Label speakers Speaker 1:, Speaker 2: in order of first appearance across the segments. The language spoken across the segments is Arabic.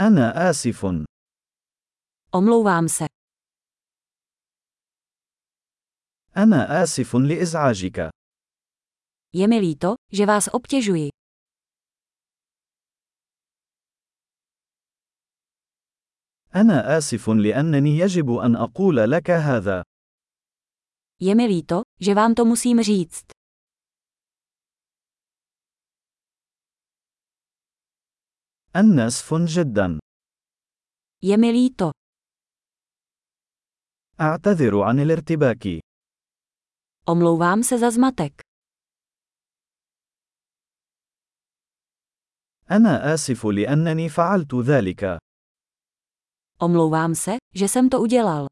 Speaker 1: أنا آسف.
Speaker 2: Omlouvám se.
Speaker 1: أنا آسف لإزعاجك.
Speaker 2: Je mi líto, že vás obtěžuji.
Speaker 1: أنا آسف لأنني يجب أن أقول لك هذا.
Speaker 2: Je mi líto, že vám to musím říct.
Speaker 1: أنا آسف جدا.
Speaker 2: Je mi líto.
Speaker 1: أعتذر عن الارتباك.
Speaker 2: Omlouvám se za zmatek.
Speaker 1: أنا آسف لأنني فعلت ذلك.
Speaker 2: Omlouvám se, že jsem to udělal.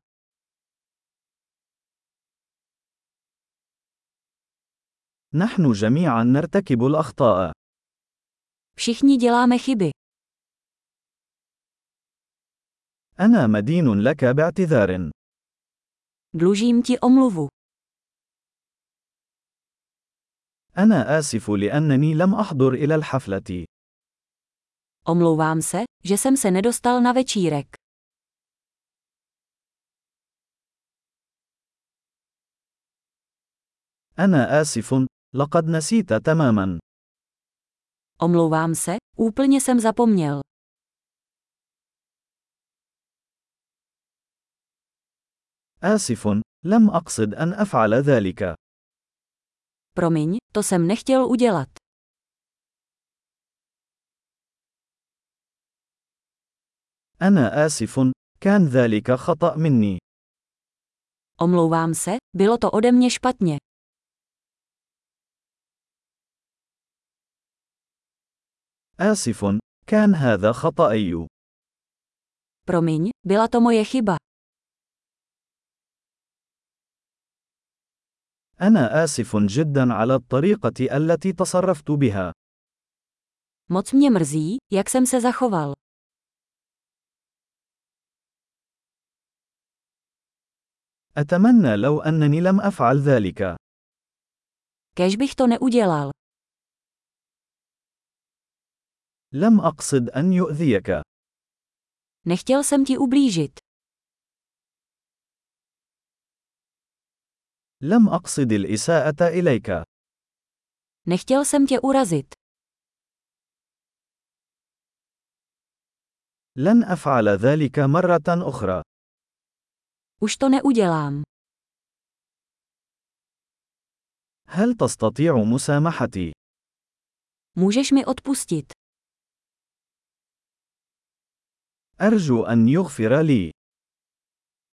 Speaker 1: نحن جميعا نرتكب الأخطاء.
Speaker 2: Všichni děláme chyby.
Speaker 1: أنا مدين لك باعتذار.
Speaker 2: Dlužím ti omluvu.
Speaker 1: أنا آسف لأنني لم أحضر إلى الحفلة.
Speaker 2: Omlouvám se, že jsem se nedostal na večírek.
Speaker 1: أنا آسف. لقد نسيت تماما.
Speaker 2: Omlouvám se, úplně jsem zapomněl.
Speaker 1: آسف. لم أقصد أن أفعل ذلك.
Speaker 2: Promiň, to jsem nechtěl udělat.
Speaker 1: أنا آسف. كان ذلك خطأ مني.
Speaker 2: Omlouvám se, bylo to ode mě špatně.
Speaker 1: آسف. كان هذا خطأي.
Speaker 2: Promiň, byla to moje chyba.
Speaker 1: أنا آسف جدا على الطريقة التي تصرفت بها.
Speaker 2: Moc mě mrzí, jak jsem se zachoval.
Speaker 1: أتمنى لو أنني لم أفعل ذلك.
Speaker 2: Kež bych to neudělal.
Speaker 1: لم أقصد أن يؤذيك.
Speaker 2: Nechtěl jsem ti ublížit.
Speaker 1: لم أقصد الإساءة إليك.
Speaker 2: Nechtěl jsem tě urazit.
Speaker 1: لن أفعل ذلك مرة أخرى.
Speaker 2: Už to neudělám.
Speaker 1: هل تستطيع مسامحتي؟
Speaker 2: Můžeš mi odpustit.
Speaker 1: أرجو أن يغفر لي.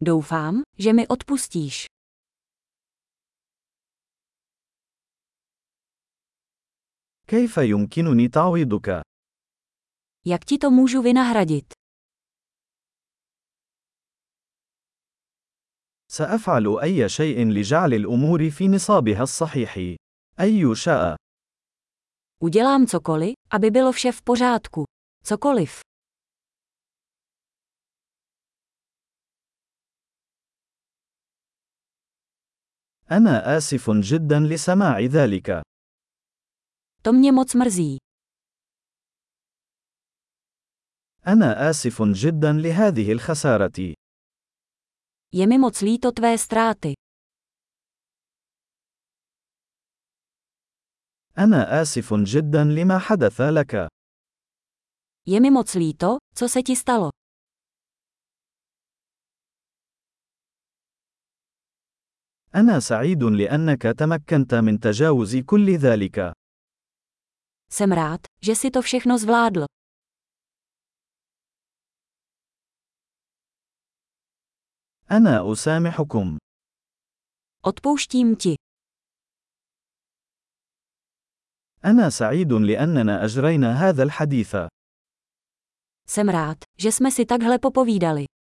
Speaker 2: Doufám, že mi odpustíš.
Speaker 1: كيف يمكنني تعويضك؟
Speaker 2: Jak ti to můžu vynahradit?
Speaker 1: سأفعل أي شيء لجعل الأمور في نصابها الصحيح. أي شاء.
Speaker 2: Udělám cokoliv, aby bylo vše v pořádku. Cokoliv.
Speaker 1: أنا آسف جدا لسماع ذلك.
Speaker 2: To mě moc mrzí.
Speaker 1: أنا آسف جدا لهذه الخسارة.
Speaker 2: Je mi moc líto tvé ztráty.
Speaker 1: أنا آسف جدا لما حدث لك.
Speaker 2: Je mi moc líto, co se ti stalo.
Speaker 1: أنا سعيد لأنك تمكنت من تجاوز كل ذلك.
Speaker 2: Jsem rád, že si to všechno zvládl.
Speaker 1: أنا أسامحكم.
Speaker 2: Odpouštím ti.
Speaker 1: أنا سعيد لأننا أجرينا هذا الحديث.
Speaker 2: Jsem rád, že jsme si takhle popovídali.